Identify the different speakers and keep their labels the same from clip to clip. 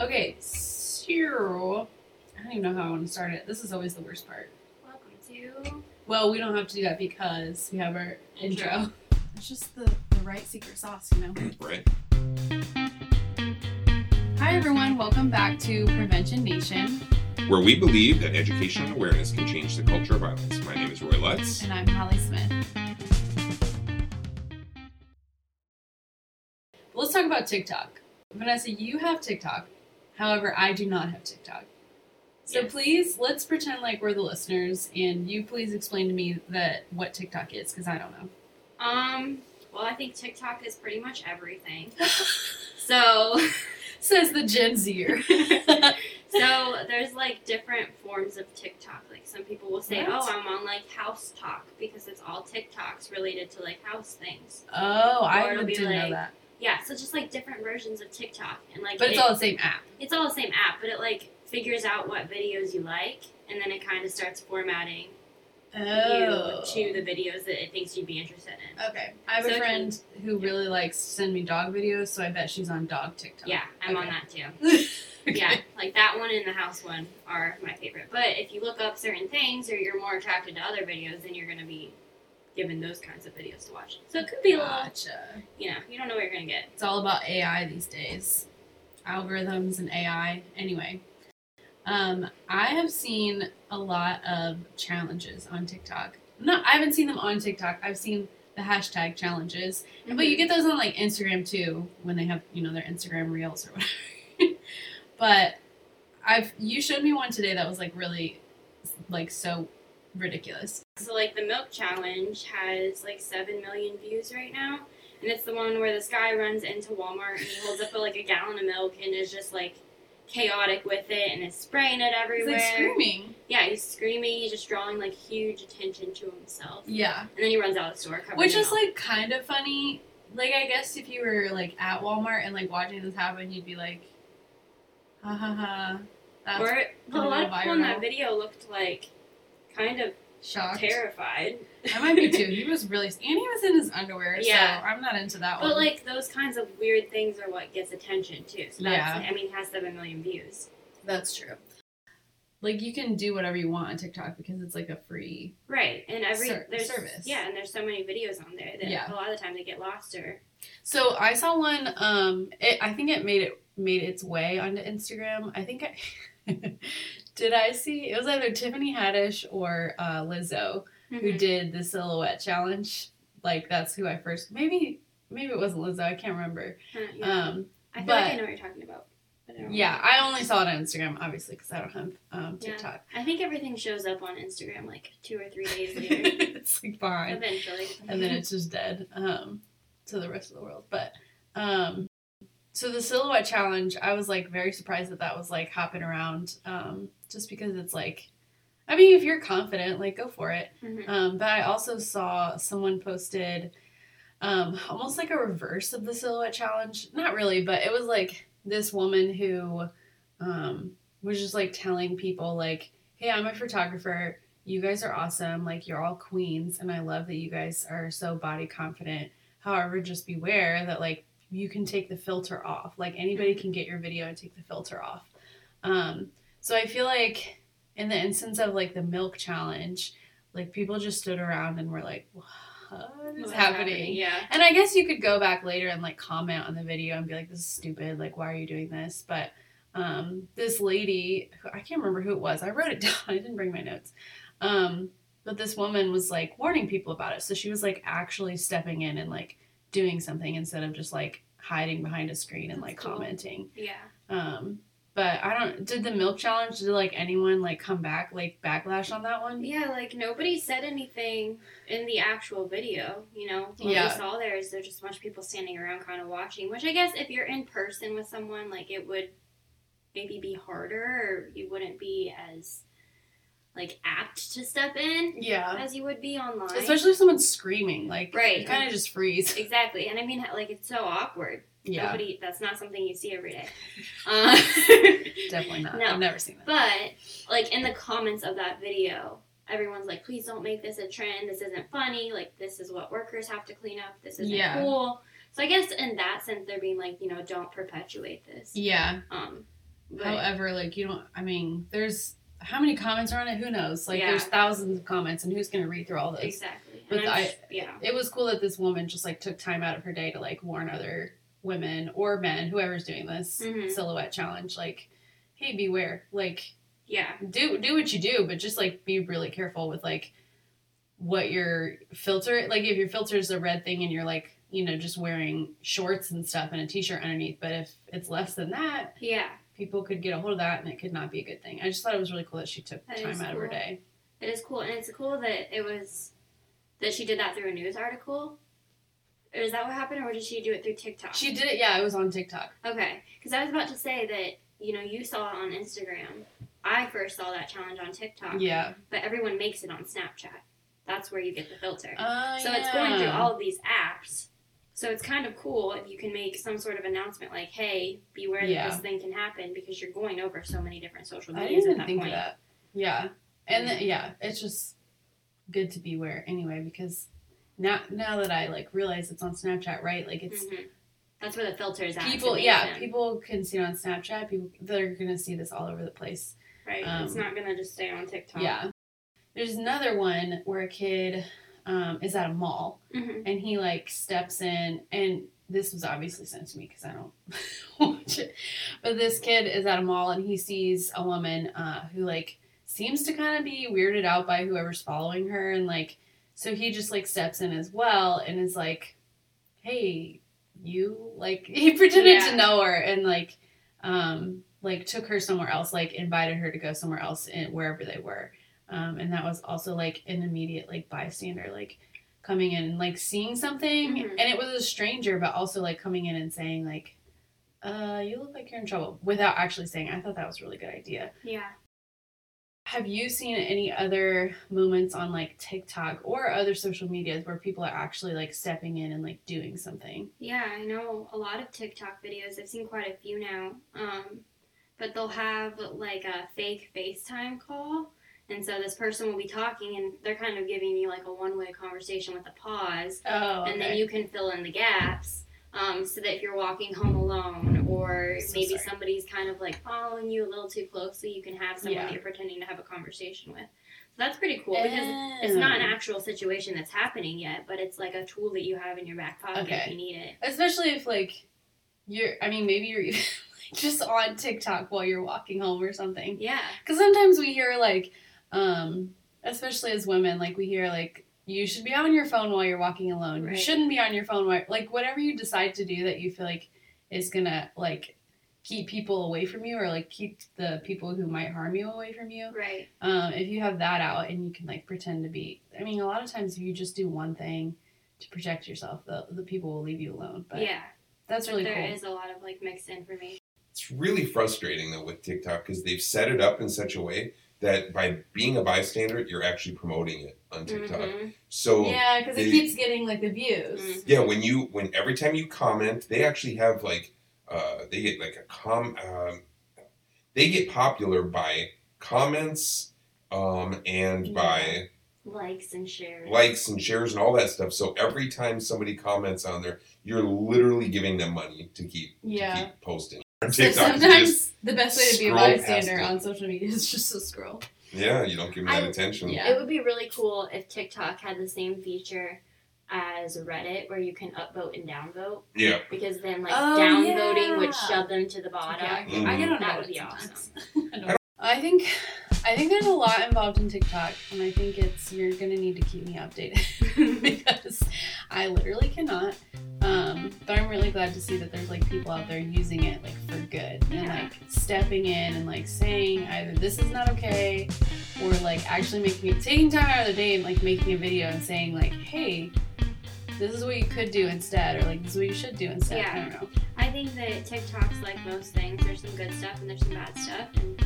Speaker 1: Okay, so I don't even know how I want to start it. This is always the worst part.
Speaker 2: Welcome to.
Speaker 1: Well, we don't have to do that because we have our intro.
Speaker 3: It's just the, the right secret sauce, you know?
Speaker 4: Right.
Speaker 3: Hi, everyone. Welcome back to Prevention Nation.
Speaker 4: Where we believe that education and awareness can change the culture of violence. My name is Roy Lutz.
Speaker 3: And I'm Holly Smith.
Speaker 1: Let's talk about TikTok. Vanessa, you have TikTok. However, I do not have TikTok. So
Speaker 2: Yes.
Speaker 1: please, let's pretend like we're the listeners, and you please explain to me that what TikTok is because I don't know.
Speaker 2: Um. Well, I think TikTok is pretty much everything. so,
Speaker 1: Says the Gen Oh, Zer.
Speaker 2: so there's like different forms of TikTok. Like some people will say,
Speaker 1: What?
Speaker 2: "Oh, I'm on like house talk" because it's all TikToks related to like house things.
Speaker 1: Oh, I
Speaker 2: Or it'll be
Speaker 1: didn't know
Speaker 2: like-
Speaker 1: that.
Speaker 2: Yeah. So just like different versions of TikTok, and like
Speaker 1: But it's
Speaker 2: it-
Speaker 1: all the same app.
Speaker 2: it's all the same app, but it like figures out what videos you like, and then it kind of starts formatting
Speaker 1: Oh.
Speaker 2: you to the videos that it thinks you'd be interested in.
Speaker 1: Okay. Oh. I have
Speaker 2: So
Speaker 1: a
Speaker 2: it's-
Speaker 1: friend who really likes to send me dog videos, so I bet she's on dog TikTok.
Speaker 2: Yeah, I'm on
Speaker 1: Okay.
Speaker 2: that too.
Speaker 1: Okay.
Speaker 2: Yeah, like that one and the house one are my favorite. But if you look up certain things or you're more attracted to other videos, then you're going to be given those kinds of videos to watch. So it could be a little,
Speaker 1: Gotcha.
Speaker 2: you know, you don't know what you're going to get.
Speaker 1: It's all about AI these days. Algorithms and AI. Anyway. Um, I have seen a lot of challenges on TikTok. Not I haven't seen them on TikTok. I've seen the hashtag challenges. But
Speaker 2: Mm-hmm.
Speaker 1: you get those on like Instagram too when they have, you know, their Instagram reels or whatever. but I've you showed me one today that was like really like so ridiculous.
Speaker 2: So, like, the milk challenge has like 7 million views right now. And it's the one where this guy runs into Walmart and he holds up like a gallon of milk and is just like chaotic with it and is spraying it
Speaker 1: It's
Speaker 2: everywhere.
Speaker 1: like screaming.
Speaker 2: Yeah, he's screaming. He's just drawing like huge attention to himself.
Speaker 1: Yeah.
Speaker 2: And then he runs out of the store covered
Speaker 1: Which
Speaker 2: in
Speaker 1: is
Speaker 2: milk.
Speaker 1: like kind of funny. Like I guess if you were like at Walmart and like watching this happen, you'd be like, ha ha ha. That's
Speaker 2: Or well, a lot of people in
Speaker 1: viral.
Speaker 2: that video looked like kind of
Speaker 1: shocked.
Speaker 2: terrified.
Speaker 1: I might be too. He was really and he was in his underwear,
Speaker 2: Yeah.
Speaker 1: so I'm not into that one.
Speaker 2: But like those kinds of weird things are what gets attention too. So that's
Speaker 1: Yeah.
Speaker 2: I mean it has seven million views.
Speaker 1: That's true. Like you can do whatever you want on TikTok because it's like a free.
Speaker 2: Right. And every
Speaker 1: Ser-
Speaker 2: there's
Speaker 1: service.
Speaker 2: Yeah, and there's so many videos on there that
Speaker 1: Yeah.
Speaker 2: a lot of the time they get lost or
Speaker 1: So I saw one. Um, it, I think it made it made its way onto Instagram. I think I did. I see it was either Tiffany Haddish or uh, Lizzo
Speaker 2: Mm-hmm.
Speaker 1: who did the silhouette challenge. Like that's who I first maybe maybe it wasn't Lizzo. I can't remember.
Speaker 2: Uh, yeah.
Speaker 1: Um,
Speaker 2: I feel
Speaker 1: but-
Speaker 2: like I know what you're talking about. But I don't
Speaker 1: yeah,
Speaker 2: remember.
Speaker 1: I only saw it on Instagram obviously because I don't have um,
Speaker 2: Yeah.
Speaker 1: TikTok.
Speaker 2: I think everything shows up on Instagram like two or three days later.
Speaker 1: it's like fine.
Speaker 2: eventually.
Speaker 1: and then it's just dead um, to the rest of the world. But um, so the silhouette challenge, I was like very surprised that that was like hopping around, um, just because it's like, I mean, if you're confident, like go for it.
Speaker 2: Mhm.
Speaker 1: Um, but I also saw someone posted um, almost like a reverse of the silhouette challenge. Not really, but it was like this woman who um, was just like telling people like, "Hey, I'm a photographer. You guys are awesome. Like you're all queens, and I love that you guys are so body confident. However, just beware that like you can take the filter off. Like anybody can get your video and take the filter off. Um, so I feel like in the instance of like the milk challenge, like people just stood around and were like, "What is
Speaker 2: What's
Speaker 1: happening?
Speaker 2: Yeah.
Speaker 1: And I guess you could go back later and like comment on the video and be like, "This is stupid. Like, why are you doing this?" But um, this lady, who, I can't remember who it was. I wrote it down. I didn't bring my notes. Um, but this woman was like warning people about it. So she was like actually stepping in and like doing something instead of just like hiding behind a screen and
Speaker 2: That's
Speaker 1: like
Speaker 2: cool.
Speaker 1: commenting.
Speaker 2: Yeah.
Speaker 1: Um, but I don't. Did the milk challenge? Did like anyone like come back like backlash on that one?
Speaker 2: Yeah, like nobody said anything in the actual video. You know, what
Speaker 1: Yeah.
Speaker 2: we saw there is there's just a bunch of people standing around, kind of watching. Which I guess if you're in person with someone, like it would maybe be harder, or you wouldn't be as like apt to step in
Speaker 1: Yeah.
Speaker 2: as you would be online.
Speaker 1: Especially if someone's screaming, like
Speaker 2: Right.
Speaker 1: you kind of just freeze.
Speaker 2: exactly, and I mean, like it's so awkward.
Speaker 1: Yeah,
Speaker 2: Nobody, that's not something you see every day. Uh,
Speaker 1: definitely not.
Speaker 2: No.
Speaker 1: I've never seen that.
Speaker 2: But like in the comments of that video, everyone's like, "Please don't make this a trend. This isn't funny. Like this is what workers have to clean up. This isn't
Speaker 1: Yeah.
Speaker 2: cool." So I guess in that sense, they're being like, you know, don't perpetuate this.
Speaker 1: Yeah,
Speaker 2: Um, But
Speaker 1: However, like you don't. I mean, there's how many comments are on it? Who knows? Like
Speaker 2: Yeah.
Speaker 1: there's thousands of comments, and who's gonna read through all those?
Speaker 2: exactly.
Speaker 1: But
Speaker 2: and I'm
Speaker 1: I-
Speaker 2: s- yeah.
Speaker 1: It was cool that this woman just like took time out of her day to like warn other women or men, whoever's doing this
Speaker 2: Mhm.
Speaker 1: silhouette challenge, like, hey, beware. Like,
Speaker 2: Yeah.
Speaker 1: do do what you do, but just like be really careful with like what your filter. Like, if your filter is a red thing and you're like, you know, just wearing shorts and stuff and a t-shirt underneath, but if it's less than that,
Speaker 2: Yeah.
Speaker 1: people could get a hold of that and it could not be a good thing. I just thought it was really cool that she took
Speaker 2: That
Speaker 1: time
Speaker 2: is
Speaker 1: out of her
Speaker 2: cool.
Speaker 1: day.
Speaker 2: It is cool, and it's cool that it was that she did that through a news article. Or is that what happened, or did she do it through TikTok?
Speaker 1: She did it, yeah, it was on TikTok.
Speaker 2: okay, because I was about to say that you know you saw it on Instagram. I first saw that challenge on TikTok,
Speaker 1: Yeah.
Speaker 2: but everyone makes it on Snapchat. That's where you get the filter.
Speaker 1: Uh,
Speaker 2: so it's going through all of these apps. So it's kind of cool if you can make some sort of announcement like, "Hey, beware
Speaker 1: Yeah.
Speaker 2: that this thing can happen," because you're going over so many different social
Speaker 1: I didn't
Speaker 2: medias at
Speaker 1: even
Speaker 2: that
Speaker 1: think
Speaker 2: point. Mm.
Speaker 1: of that. Yeah. And then, yeah, it's just good to be aware anyway because now now that I like realize it's on Snapchat, right? Like it's
Speaker 2: Mhm. That's where the filter is at. to
Speaker 1: people
Speaker 2: make
Speaker 1: yeah,
Speaker 2: them.
Speaker 1: people can see it on Snapchat. People they're going to see this all over the place.
Speaker 2: Right. it's
Speaker 1: Um,
Speaker 2: not gonna just stay on TikTok.
Speaker 1: Yeah. There's another one where a kid um, is at a mall
Speaker 2: Mhm.
Speaker 1: and he like steps in and this was obviously sent to me because i don't watch it but this kid is at a mall and he sees a woman uh, who like seems to kind of be weirded out by whoever's following her and like so he just like steps in as well and is like hey you like he pretended
Speaker 2: Yeah.
Speaker 1: to know her and like um like took her somewhere else like invited her to go somewhere else and wherever they were um and that was also like an immediate like bystander like coming in and like seeing something
Speaker 2: Mhm.
Speaker 1: and it was a stranger but also like coming in and saying like uh you look like you're in trouble without actually saying it. i thought that was a really good idea
Speaker 2: Yeah.
Speaker 1: have you seen any other moments on like tiktok or other social medias where people are actually like stepping in and like doing something
Speaker 2: Yeah, I know a lot of TikTok videos. I've seen quite a few now. Um, but they'll have like a fake FaceTime call. And so this person will be talking and they're kind of giving you like a one way conversation with a pause.
Speaker 1: oh
Speaker 2: And then you can fill in the gaps. Um, so that if you're walking home alone or
Speaker 1: So
Speaker 2: maybe
Speaker 1: sorry.
Speaker 2: somebody's kind of like following you a little too closely, you can have someone
Speaker 1: Yeah.
Speaker 2: that you're pretending to have a conversation with. So that's pretty cool because
Speaker 1: Uh,
Speaker 2: It's not an actual situation that's happening yet, but it's like a tool that you have in your back pocket if
Speaker 1: Okay.
Speaker 2: you need it.
Speaker 1: especially if like you're i mean maybe you're even like just on tiktok while you're walking home or something
Speaker 2: Yeah.
Speaker 1: Because sometimes we hear like, um, especially as women, like we hear like you should be on your phone while you're walking alone.
Speaker 2: Right.
Speaker 1: You shouldn't be on your phone while like whatever you decide to do that you feel like is gonna like keep people away from you or like keep the people who might harm you away from you.
Speaker 2: Right.
Speaker 1: Um, if you have that out and you can like pretend to be, I mean, a lot of times if you just do one thing to protect yourself, the the people will leave you alone. But
Speaker 2: yeah.
Speaker 1: that's really
Speaker 2: there
Speaker 1: cool.
Speaker 2: is a lot of like mixed information.
Speaker 4: It's really frustrating though with TikTok because they've set it up in such a way that by being a bystander, you're actually promoting it on TikTok.
Speaker 2: Mhm.
Speaker 4: So
Speaker 1: Mm-hmm. Yeah, because it
Speaker 4: They-
Speaker 1: keeps getting like the views.
Speaker 2: Mhm.
Speaker 4: yeah, when you when every time you comment, they actually have like uh, they get like a com um, they get popular by comments um, and by
Speaker 2: Likes and shares.
Speaker 4: likes and shares and all that stuff. So every time somebody comments on there, you're literally giving them money to keep to
Speaker 1: Yeah.
Speaker 4: keep posting.
Speaker 1: So
Speaker 4: TikTok, you
Speaker 1: sometimes
Speaker 4: just-
Speaker 1: the best way to be a
Speaker 4: scroll past
Speaker 1: bystander
Speaker 4: it.
Speaker 1: on social media is just to scroll.
Speaker 4: yeah, you don't give them that
Speaker 2: I-
Speaker 4: attention.
Speaker 1: yeah.
Speaker 2: It would be really cool if TikTok had the same feature as Reddit where you can upvote and downvote
Speaker 4: yeah.
Speaker 2: because then like
Speaker 1: Oh,
Speaker 2: downvoting would
Speaker 1: yeah.
Speaker 2: shove them to the bottom.
Speaker 1: Yeah, I
Speaker 4: get- I
Speaker 1: get on
Speaker 2: That
Speaker 1: Reddit
Speaker 2: would be
Speaker 1: sometimes.
Speaker 2: awesome.
Speaker 1: I think I think there's a lot involved in TikTok and I think it's you're gonna need to keep me updated because I literally cannot. Um, but I'm really glad to see that there's like people out there using it like for good and
Speaker 2: Yeah.
Speaker 1: like stepping in and like saying either this is not okay or like actually making it taking time out of the day and like making a video and saying like, hey, this is what you could do instead or like this is what you should do instead. I
Speaker 2: Yeah.
Speaker 1: don't know.
Speaker 2: I think that TikTok's like most things. There's some good stuff and there's some bad stuff, and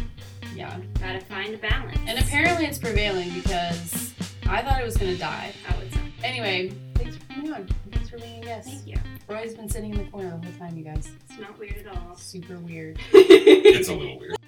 Speaker 1: Yeah.
Speaker 2: gotta find a balance.
Speaker 1: And apparently it's prevailing because I thought it was gonna die.
Speaker 2: I would say.
Speaker 1: Anyway, thanks for coming on. Thanks for being a guest.
Speaker 2: Thank you.
Speaker 1: Roy's been sitting in the corner the whole time, you guys.
Speaker 2: It's not weird at all.
Speaker 1: Super weird.
Speaker 4: It's a little weird.